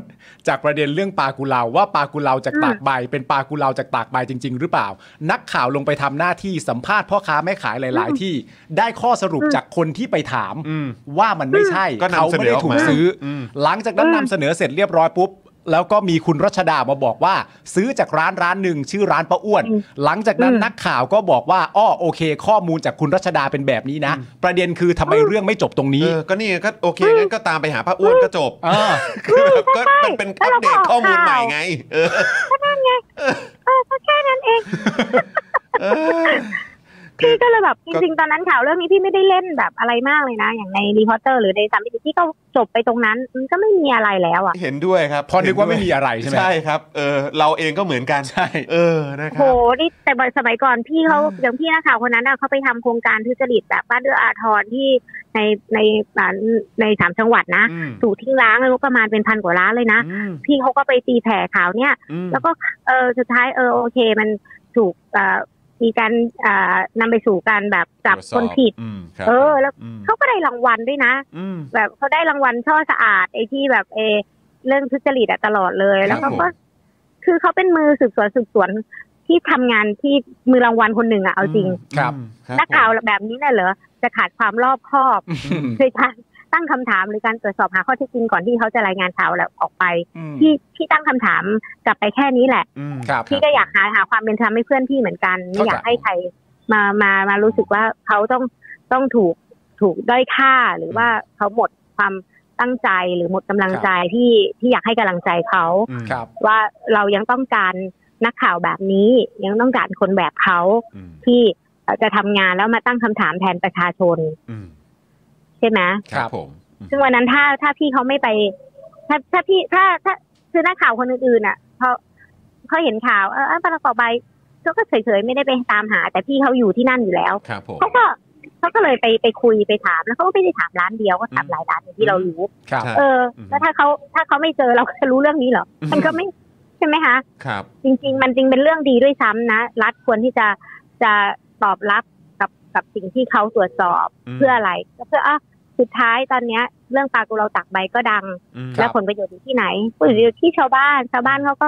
B: จากประเด็นเรื่องปลากุเลาว่าปลากุเลาจากตากใบ เป็นปลากุเลาจากตากใบจริง ๆ หรือเปล่า นักข่าวลงไปทำหน้าที่สัมภาษณ์พ่อค้าแม่ขายหลาย ๆ ที่ได้ข้อสรุปจากคนที่ไปถาม
A: อืม
B: ว่ามันไม่ใช่
A: ก็นำ
B: เขาไม่ได้ถูก
A: เสนอออกมา
B: ซื้ออ
A: ม
B: หลังจากนั้นนำเสนอเสร็จเรียบร้อยปุ๊บ แล้วก็มีคุณรัชดามาบอกว่า ซื้อจากร้านร้านหนึ่งชื่อร้านป้าอ้วน หลังจากนั้นนักข่าวก็บอกว่าอ้อโอเค ข้อมูลจากคุณรัชดาเป็นแบบนี้นะ ประเด็นคือทำไมเรื่องไม่จบตรงนี้
A: เออก็นี่ก็โอเคงั้นก็ตามไปหาป้าอ้วนก็จบ
B: เออ
A: คือแบบก็มันเป็นอัปเดตข้อมูลใหม่ไง เออ ก็นั่นไง เออแค่นั้นเอง
C: พี่ก็เลยแบบจ
A: ก็
C: ริงๆตอนนั้นข่าวเรื่องนี้พี่ไม่ได้เล่นแบบอะไรมากเลยนะ อย่างในรีพอร์เตอร์หรือในสามมิติพี่ก็จบไปตรงนั้นมันก็ไม่มีอะไรแล้วอ่ะ
A: เห็นด้วยครับ
B: พอนึกว่าไม่มีอะไรใช่ไหม
A: ใช่ครับ เออ เราเองก็เหมือนกัน
B: ใช่
A: เออนะค
C: โห
A: รับ
C: นี่แต่สมัยก่อนพี่เขาอย่างพี่นักข่าวคนนั้นอะเขาไปทำโครงการทุจริตแบบบ้านเอื้ออาทรที่ในในอ่าในสามจังหวัดนะ
A: อืม
C: ถูกทิ้งร้างงบประมาณเป็นพันกว่าล้านเลยนะ
A: อืม
C: พี่เขาก็ไปตีแผ่ข่าวเนี่ย
A: อืม
C: แล้วก็เออสุดท้ายเออโอเค มันถูกเอ่อมีการเอ่อนำไปสู่การแบบจับ
A: ตรวจส
C: ค
A: อน
C: ผิด
A: อืมครับ
C: เออแล้ว
A: อืม
C: เขาก็ได้รางวัลด้วยนะ
A: อืม
C: แบบเขาได้รางวัลช่อสะอาดไอ้ที่แบบเออเรื่องทุจริตอะตลอดเลย
A: ครับ
C: แล้วเขา
A: ผม
C: ก็ คือเขาเป็นมือสืบสวนสืบสวนที่ทำงานที่มือรางวัลคนหนึ่งอะเอาจริง
A: ม
B: ครับ
A: อืม
C: นักข่าวแบบนี้น่ะเหรอจะขาดความรอบคอบ
B: อืม
C: ในการตั้งคำถามหรือการตรวจสอบหาข้อเท็จจริงก่อนที่เขาจะรายงานข่าวแล้วออกไป
B: อืม
C: พี่พี่ตั้งคำถามกลับไปแค่นี้แหละ
A: อืม
B: ครับ
C: พี่ก็อยากหาหาความเป็นธรรมให้เพื่อนพี่เหมือนกันไม่
B: เข้าใจ
C: อยากให้ใครมามามารู้สึกว่าเขาต้องต้องถูกถูกด้อยค่าหรือว่าเขาหมดความตั้งใจหรือหมดกำลังใจที่ที่อยากให้กำลังใจเขา
A: อืม
B: ครับ
C: ว่าเรายังต้องการนักข่าวแบบนี้ ยังต้องการคนแบบเขา
A: อืม
C: ที่เอ่อจะทำงานแล้วมาตั้งคำถามแทนประชาชน
A: อืม
C: ใช่ไหม
A: ครับผมอืม
C: ซึ่งวันนั้นถ้าถ้าพี่เขาไม่ไป ถ้าถ้าพี่ถ้าถ้าคือนักข่าวคนอื่นๆอ่ะเขาเขาเห็นข่าวเออเออปรากอบใบเขาก็เฉยๆไม่ได้ไปตามหา แต่พี่เขาอยู่ที่นั่นอยู่แล้ว
A: ครับผม
C: เขาก็เขาก็เลยไปไปคุยไปถามแล้วเขาก็ไม่ได้ถามร้านเดียวก็ถามหลายร้านอย่างที่เรารู้
B: ครับ
A: ใช่
C: เออ
A: อืม
C: แล้วถ้าเขาถ้าเขาไม่เจอเราจะรู้เรื่องนี้เหรอมันก็ไม่ใช่ไหมคะ
A: ครับ
C: จริง ๆ มันจริงเป็นเรื่องดีด้วยซ้ำนะรัฐควรที่จะจะตอบรับกับกับสิ่งที่เขาตรวจสอบ
A: อืม
C: เพื่ออะไรก็เพื่ออ่ะ สุดท้ายตอนเนี้ย เรื่องปลากุเราตักใบก็ดัง
A: อืม
B: ครั
C: แล้
B: บ
C: วผลประโยชน์อยู่ที่ไหนผลประโยชน์อยู่ที่ชาวบ้าน ชาวบ้านเขาก็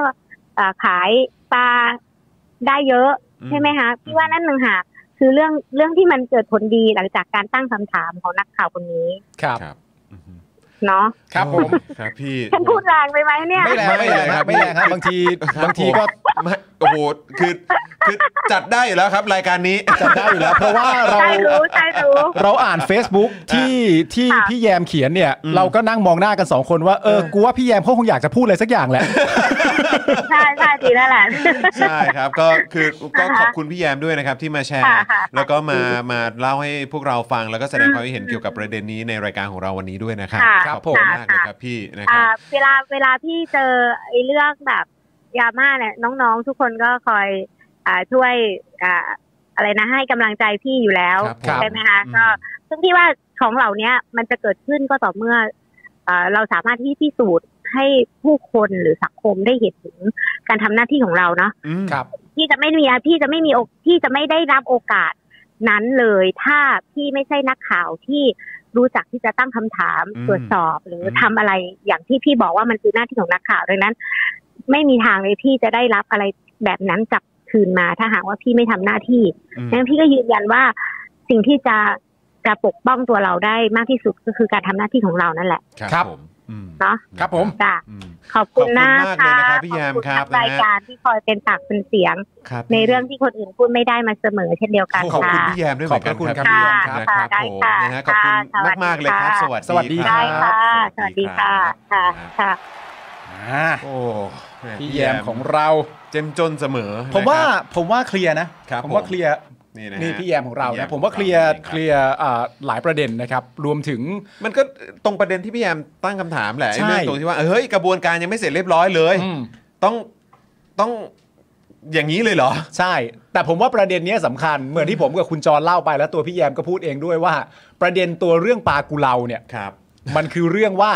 C: เอ่อขายปลาได้เยอะใช่ไหมคะพี่ว่านั่นหนึ่งหากคือเรื่องเรื่องที่มันเกิดผลดีหลังจากการตั้งคำถามของนักข่าวคนนี้
B: ครับ
A: ครับอือฮึ
C: เนาะ
B: ครับผม
A: ครับพี่
C: ฉันพูดแรงไปไหมเนี่ย
B: ไม่แรงไม่แรงครับไม่แรงครับบางทีบางทีก็
A: ไม่โอ้โหคือคือจัดได้อยู่แล้วครับรายการนี้
B: จัดได้อยู่แล้วเพราะว่าเรา
C: ใช่รู้ใช่รู้
B: เราอ่าน Facebook ที่ที่
C: ค่ะ
B: พี่แยมเขียนเนี่ย
A: อืม
B: เราก็นั่งมองหน้ากันสองคนว่าเออกูว่าพี่แยมเขาคงอยากจะพูดอะไรสักอย่างแหละ
C: ใช่ใช่ดีแล้วแหละ
A: ใช่ครับก็คือก็
C: นะคะ
A: ขอบคุณพี่แยมด้วยนะครับที่มาแชร์
C: ค่ะค่ะ
A: แล้วก็มามาเล่าให้พวกเราฟังแล้วก็แสดงความคิดเห็นเกี่ยวกับประเด็นนี้ในรายการของเราวันนี้ด้วยนะครับ
C: ค่ะ
A: ข
B: ครั
A: อ
B: บบ
A: คุณ
C: ผม
A: มากเลย
C: ค่ะ
A: ครับพี่นะค
C: อ่า
A: รับ
C: เวลาเวลาพี่เจอไอ้เรื่องแบบยาม่าเนี่ยน้องๆ ทุกคนก็คอยอ่าช่วยอ่าอะไรนะให้กำลังใจพี่อยู่แล้ว
A: ครับผ
B: ครับ
C: ใช่ไหมคะ
A: อื
C: ก็ซึ่งพี่ว่าของเหล่าเนี้ยมันจะเกิดขึ้นก็ต่อเมื่ออ่าเราสามารถที่พิสูจน์ให้ผู้คนหรือสังคมได้เห็นถึงการทำหน้าที่ของเราเนาะ
A: อืม
B: ครับ
C: พี่จะไม่มีอ่ะพี่จะไม่มีโอกพี่จะไม่ได้รับโอกาสนั้นเลย ถ้าพี่ไม่ใช่นักข่าวที่รู้จักที่จะตั้งคำถาม
A: อืม
C: ตรวจสอบหรืออ
A: ม
C: ทำอะไรอย่างที่พี่บอกว่ามันคือหน้าที่ของนักข่าวดังนั้น ไม่มีทางเลยพี่จะได้รับอะไรแบบนั้นกลับคืนมา ถ้าหากว่าพี่ไม่ทำหน้าที่
A: อืม
C: ดังนั้นพี่ก็ยืนยันว่าสิ่งที่จะจะปกป้องตัวเราได้มากที่สุดก็คือการทำหน้าที่ของเรานั่นแหละ
A: ครับผมอืม
C: เนาะ
B: ครับผม
C: จ้ะ
A: อืม
C: ขอบคุณ
A: ขอบ
C: นะ
A: คุณมากเลย
C: คะ
A: นะครับพี่
C: ข
A: แย
C: อบ
A: ม
C: คุณ
A: ครั
C: ทา
A: บ
C: งราย
A: นะฮะ
C: การที่คอยเป็นปากเป็นเสียง
A: ครับ
C: ในเรื่องที่คนอื่นพูดไม่ได้มาเสมอเช่นเดียวกัน
A: ขอบคุณ
C: ค่ะ
A: พี่แยมด้วยเหมือนกัน
B: ขอบคุณ
A: ครับ
B: ค่ะ
A: พี่แยมครับ
C: ค่ะ
A: ครับ
C: ได้
A: ผม
C: ค่ะ
A: นะฮะขอบคุณ
C: ค่ะ
A: มากๆเลยครับ สวัสดี
B: สวัสดี
A: ค
C: ได้
A: รับ
C: ค่ะ สวัสดีค่ะ ค่ะ ค่ะ
B: อ่า
A: โอ้แ
B: พี่แยมของเรา
A: เจ้มจนเสมอ
B: ผมว่า
A: นะครับ
B: ผมว่าเคลียร์นะครับ ผม
A: ผ
B: ว่าม เคลียร์
A: นี่นะฮะ
B: นี่พี่แยมของเรา
A: พี่แย
B: นะผมว่าเคลียร์เคลียร์อ่าหลายประเด็นนะครับ รวมถึง
A: มันก็ตรงประเด็นที่พี่แยมตั้งคำถามแหละไอ้
B: ใช่
A: เรื่องตรงที่ว่าเฮ้ยกระบวนการยังไม่เสร็จเรียบร้อยเลย
B: อืม
A: ต้องต้องอย่างนี้เลยเหรอ
B: ใช่ แต่ผมว่าประเด็นเนี้ยสำคัญ เหมือนที่ผมกับคุณจรเล่าไปแล้วตัวพี่แยมก็พูดเองด้วยว่า ประเด็นตัวเรื่องปลากุเลาเนี่ย
A: ครับ
B: มันคือเรื่องว่า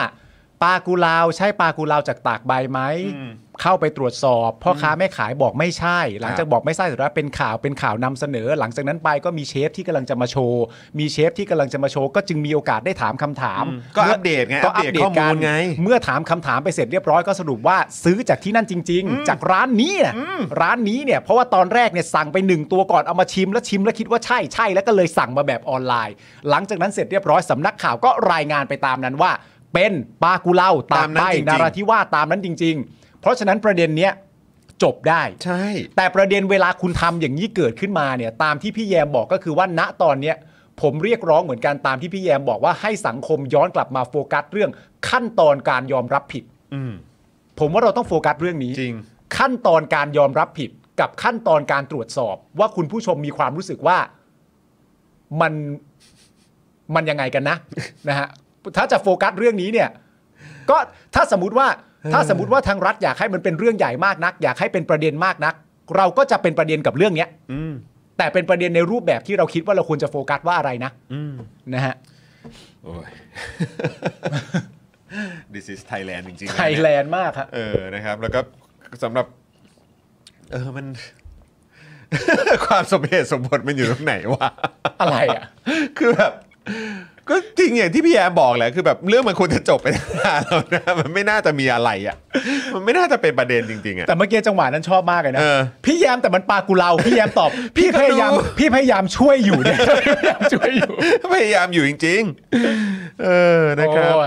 B: ปลากุเลาใช่ปลากุเลาจากตากใบไหม
A: อืม
B: เข้าไปตรวจสอบพ่อค้าแม่ขายบอกไม่ใช่ หลังจาก
A: ครับ
B: บอกไม่ใช่เสร็จแล้วเป็นข่าวเป็นข่าวนำเสนอ หลังจากนั้นไปก็มีเชฟที่กำลังจะมาโชว์มีเชฟที่กำลังจะมาโชว์ก็จึงมีโอกาสได้ถามคำถาม
A: อืมก็อัปเดตไง
B: ก็
A: อัป
B: อัป
A: เดต
B: เด
A: ข้
B: ต
A: อ
B: กั
A: มูล
B: น
A: ไง
B: เมื่อถามคำถามไปเสร็จเรียบร้อยก็สรุปว่าซื้อจากที่นั่นจริง ๆ จากร้านนี้นะร้านนี้เนี่ยเพราะว่าตอนแรกเนี่ยสั่งไปหนึ่งตัวก่อนเอามาชิมแล้วชิมแล้วคิดว่าใช่ใช่แล้วก็เลยสั่งมาแบบออนไลน์ หลังจากนั้นเสร็จเรียบร้อยสำนักข่าวก็รายงานไปตามนั้นว่า เป็นปลากุเลาตา
A: ตาม
B: ม
A: นั้น
B: ไป
A: จริงๆ
B: นาราธิวาสตามนั้นจริง ๆ เพราะฉะนั้นประเด็นเนี้ยจบได้
A: ใช่
B: แต่ประเด็นเวลาคุณทำอย่างนี้เกิดขึ้นมาเนี่ยตามที่พี่แยมบอกก็คือว่าณตอนเนี้ยผมเรียกร้องเหมือนกันตามที่พี่แยมบอกว่าให้สังคมย้อนกลับมาโฟกัสเรื่องขั้นตอนการยอมรับผิด
A: อืม
B: ผมว่าเราต้องโฟกัสเรื่องนี้
A: จริง
B: ขั้นตอนการยอมรับผิดกับขั้นตอนการตรวจสอบ ว่าคุณผู้ชมมีความรู้สึกว่ามันมันยังไงกันนะ นะฮะถ้าจะโฟกัสเรื่องนี้เนี่ย ก็ถ้าสมมติว่าถ้าสมมติว่าทางรัฐอยากให้มันเป็นเรื่องใหญ่มากนัก อยากให้เป็นประเด็นมากนัก เราก็จะเป็นประเด็นกับเรื่องเนี้ย
A: อืม
B: แต่เป็นประเด็นในรูปแบบที่เราคิดว่าเราควรจะโฟกัสว่าอะไรนะ
A: อืม
B: นะฮะ
A: โอ้ย this is Thailand จริงๆ
B: ไท
A: นะเนี่ย ย
B: แลนด์มากครับ
A: เออ นะครับ แล้วก็สำหรับ เออ มัน ความสมเหตุสมผลมันอยู่ตรงไหนวะ
B: อะไรอ่ะ
A: คือแบบ ก็จริงอย่างที่พี่แอมบอกแหละคือแบบเรื่องมันควรจะจบไปตั้งนานแล้วนะ มันไม่น่าจะมีอะไรอ่ะ มันไม่น่าจะเป็นประเด็นจริง ๆ อ่ะ
B: แต่เมื่อกี้จังหวะนั้นชอบมากเลยนะ
A: เออ
B: พี่แยามแต่มันปากูเราพี่แยามตอบ
A: พี่
B: พี่
A: ก็
B: พยายาม
A: รู้
B: พี่พยาย ามช่วยอยู่เนี่ยพยายามช่วยอยู่
A: พยายามอยู่จริง ๆ เออ นะครับ
B: โอ้ย